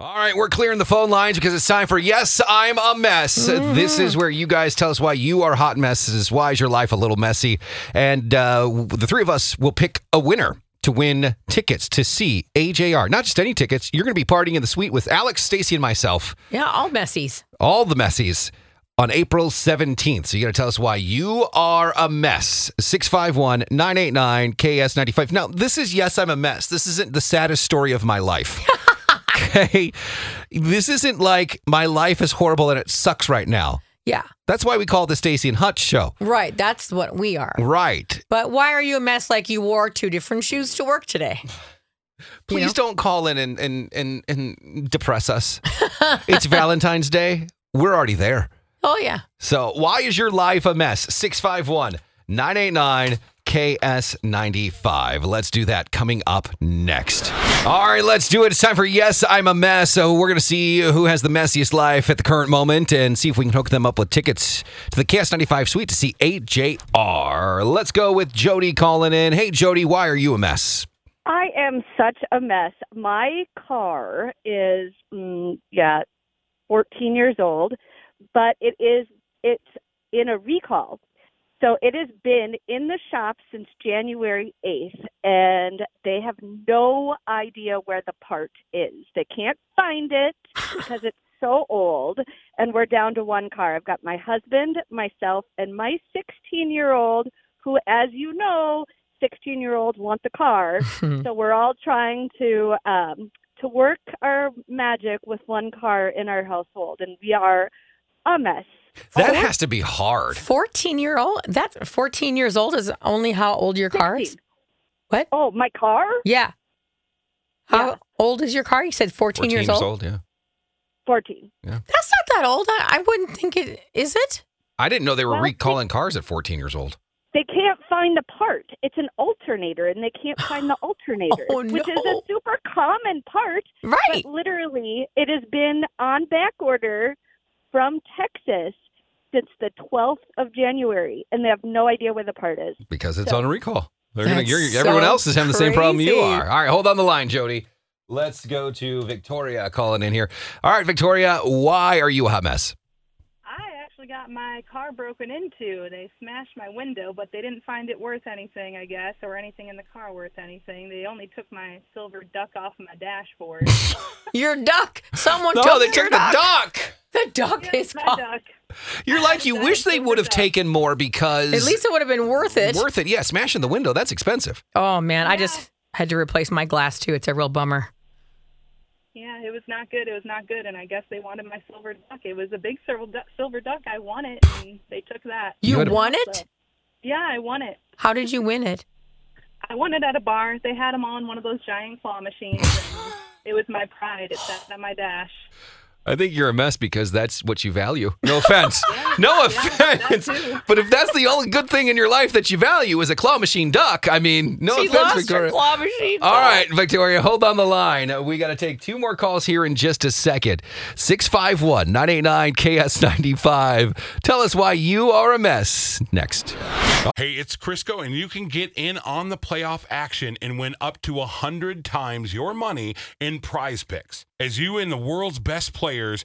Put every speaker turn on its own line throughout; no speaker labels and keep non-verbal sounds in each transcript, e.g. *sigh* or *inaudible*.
All right, we're clearing the phone lines because it's time for Yes, I'm a Mess. This is where you guys tell us why you are hot messes, why is your life a little messy, and uh, w- the three of us will pick a winner to win tickets to see AJR. Not just any tickets. You're going to be partying in the suite with Alex, Stacy, and myself,
Yeah, all messies.
all the messies, on April 17th. So you got to tell us why you are a mess. 651-989-KS95. Now, this is Yes, I'm a Mess. This isn't the saddest story of my life. Okay. This isn't like my life is horrible and it sucks right now.
Yeah,
That's why we call it the Stacy and Hutch show.
right. That's what we are.
Right.
But why are you a mess like you wore two different shoes to work today?
Please don't call in and, and and and depress us. it's Valentine's Day. We're already there.
Oh, yeah.
So why is your life a mess? 651 989 KS95. Let's do that coming up next. All right, let's do it. It's time for Yes, I'm a Mess. So we're going to see who has the messiest life at the current moment and see if we can hook them up with tickets to the KS95 suite to see AJR. Let's go with Jody calling in. Hey, Jody, why are you a mess?
I am such a mess. My car is mm, yeah, 14 years old, but it is it's in a recall. So it has been in the shop since January 8th and they have no idea where the part is. They can't find it because it's so old and we're down to one car. I've got my husband, myself and my 16-year-old who as you know, 16-year-olds want the car so we're all trying to um, to work our magic with one car in our household, and we are a mess.
That has to be hard.
14 year old? That 14 years old is only how old your car is?
16.
What?
Oh, my car,
Yeah. How
Yeah.
old is your car? You said 14, years old?
yeah.
fourteen.
That's not that old. I, I wouldn't think it is it?
I didn't know they were
Well,
recalling cars at 14 years old.
They can't find the part. It's an alternator, and they can't find
*sighs*
the alternator,
Oh,
which is a
no.
super common part.
Right.
But literally, it has been on back order from Texas since the 12th of January, and they have no idea where the part is.
because it's
So-
on recall. They're gonna,
That's
you're, everyone
so
else is having the same problem you
crazy.
are. All right, hold on the line, Jody. Let's go to Victoria calling in here. All right, Victoria, why are you a hot mess?
I actually got my car broken into. They smashed my window, but they didn't find it worth anything, I guess, or anything in the car worth anything. They only took my silver duck off my
*laughs*
dashboard.
Your duck. Someone took, your duck. The duck
Yeah,
is
*laughs* my
gone.
duck.
You're like, you wish they would have taken more because
At least it would have been worth it.
worth it. Yeah, smashing the window that's expensive.
oh, man. I just had to replace my glass too. It's a real bummer.
Yeah, it was not good. It was not good, and I guess they wanted my silver duck. It was a big silver duck. Silver duck. I won it, and they took that.
You
You,
had a-
won it?
Yeah, I won it.
How did you win it?
I won it at a bar. They had them all in one of those giant claw machines. And it was my pride. It sat on my dash.
I think you're a mess because that's what you value. No offense.
*laughs*
no offense. but if that's the only good thing in your life that you value is a claw machine duck, I mean, no
she
offense,
lost
Oh, Victoria.
her claw machine.
All right, Victoria, hold on the line. Uh, We got to take two more calls here in just a second. 651 989 KS95. Tell us why you are a mess. Next.
Hey, it's Crisco, and you can get in on the playoff action and win up to 100 times your money in prize picks. As you and the world's best players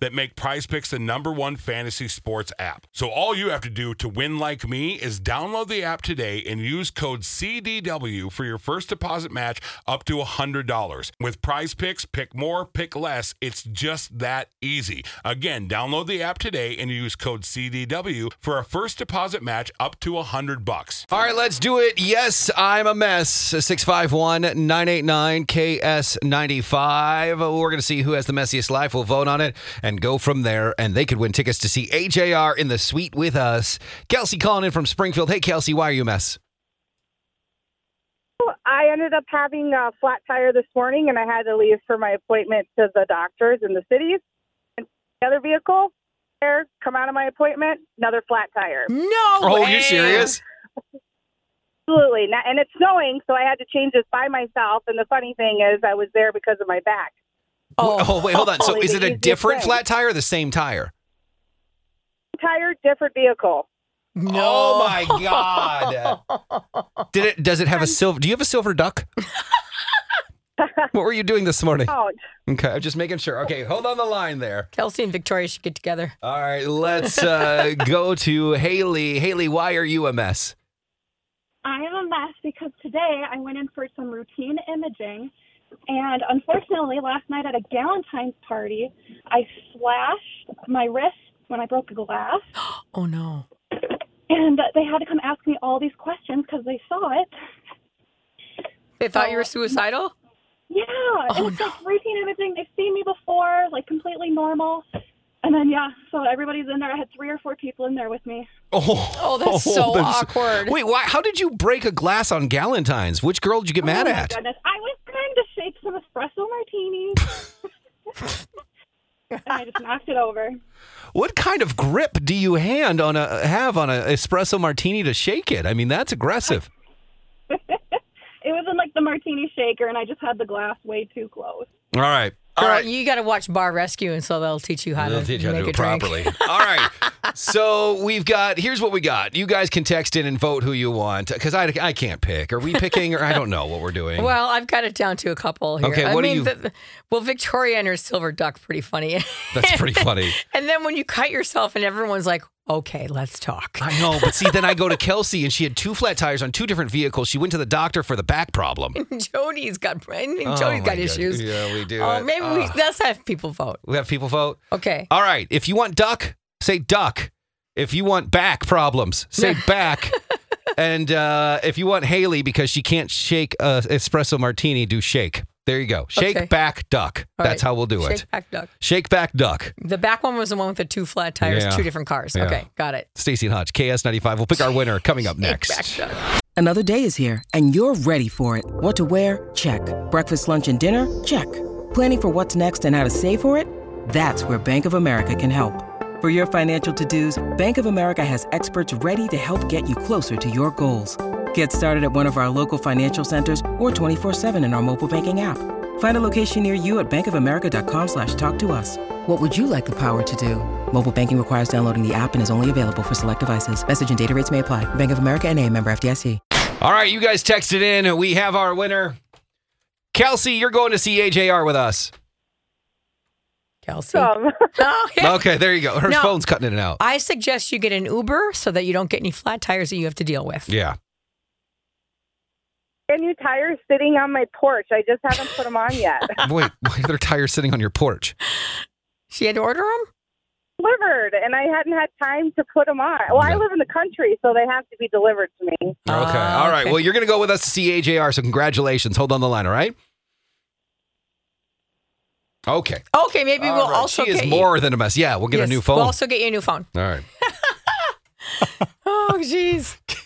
that make prize picks the number one fantasy sports app. So all you have to do to win like me is download the app today and use code CDW for your first deposit match up to $100. With prize picks, pick more, pick less. It's just that easy. Again, download the app today and use code CDW for a first deposit match up to 100 bucks.
All right, let's do it. Yes, I'm a mess. 651 989 KS95. We're going to see who has the messiest life. We'll vote on it and go from there. And they could win tickets to see AJR in the suite with us. Kelsey calling in from Springfield. Hey, Kelsey, why are you a mess?
Oh, I ended up having a flat tire this morning, and I had to leave for my appointment to the doctors in the cities. And the other vehicle, there, come out of my appointment, another flat tire.
No.
Oh,
way.
you serious?
Absolutely. Not, and it's snowing, so I had to change this by myself. And the funny thing is, I was there because of my back.
Oh, wait, hold on.
*laughs*
So
Only
is
the
it a
easiest
different
way.
flat tire or the same tire?
Tire, different vehicle.
No.
Oh my god.
*laughs*
Did it does it have a silver Do you have a silver duck? what were you doing this morning?
Oh,
Okay, I'm just making sure. Okay, hold on the line there.
Kelsey and Victoria should get together.
All right, let's
*laughs*
uh, go to Haley. Haley, why are you a mess?
I am a mess because today I went in for some routine imaging, and unfortunately, last night at a Galentine's party, I slashed my wrist when I broke a glass,
Oh no.
and they had to come ask me all these questions because they saw it.
They thought you were suicidal?
Yeah, and it's like routine imaging. They've seen me before, like completely normal. And then yeah, so everybody's in there. I had three or four people in there with me.
*laughs* Oh,
Oh, that's so awkward.
Wait, why, how did you break a glass on Galentine's? Which girl did you get mad
oh my
at?
goodness, I was trying to shake some espresso martinis. *laughs* and I just knocked it over.
What kind of grip do you hand on a have on an espresso martini to shake it? I mean, that's aggressive.
It was in like the martini shaker, and I just had the glass way too close.
All right. All
Girl,
right.
you got to watch Bar Rescue, and so they'll teach you how
They'll
to
teach you
make
how to do
a
it
drink.
properly. All right. So we've got, here's what we got. You guys can text in and vote who you want because I, I can't pick. Are we picking or I don't know what we're doing?
Well, I've got it down to a couple here.
Okay,
I
what do
mean,
you-
the- well, Victoria and her silver duck, pretty funny. *laughs*
That's pretty funny.
and then when you cut yourself, and everyone's like, "Okay, let's talk."
I know, but see, then I go to Kelsey and she had two flat tires on two different vehicles. She went to the doctor for the back problem.
*laughs* Jody's got, I mean,
Oh,
Jody's
my
got
God.
issues.
Yeah, we do.
Oh,
it. Ah.
maybe we,
Ugh.
let's have people vote.
we have people vote.
Okay.
All right. If you want duck, say duck. If you want back problems,
*laughs*
say back. and uh, if you want Haley because she can't shake a espresso martini, do shake. There you go. Shake
Okay.
back duck.
All
That's
right.
how we'll do
Shake
it.
back duck.
Shake back duck.
The back one was the one with the two flat tires,
Yeah.
two different cars.
Yeah.
Okay, got it.
Stacy and Hodge, KS95. We'll pick our winner coming up next.
Back duck.
Another day is here, and you're ready for it. What to wear? Check. Breakfast, lunch, and dinner? Check. Planning for what's next and how to save for it? That's where Bank of America can help. For your financial to dos, Bank of America has experts ready to help get you closer to your goals. Get started at one of our local financial centers or 24-7 in our mobile banking app. Find a location near you at bankofamerica.com slash talk to us. What would you like the power to do? Mobile banking requires downloading the app and is only available for select devices. Message and data rates may apply. Bank of America and a member FDIC.
All right, you guys texted in. We have our winner. Kelsey, you're going to see AJR with us.
Kelsey.
*laughs* some.
Oh, yeah.
Okay, there you go. Her
No.
phone's cutting in and out.
I suggest you get an Uber so that you don't get any flat tires that you have to deal with.
Yeah.
Brand new tires sitting on my porch. I just haven't put them on yet.
Wait, why are there tires sitting on your porch?
She had to order them?
delivered, and I hadn't had time to put them on. Well, I live in the country, so they have to be delivered to me.
Okay. All right.
Ah, okay.
Well, you're going to go with us to see AJR. So congratulations. Hold on the line. All right. Okay.
Okay, maybe
All
we'll
right.
also
she is
get you-
more than a mess. Yeah, we'll get
Yes,
a new phone.
We'll also get you a new phone.
all right.
Oh, jeez.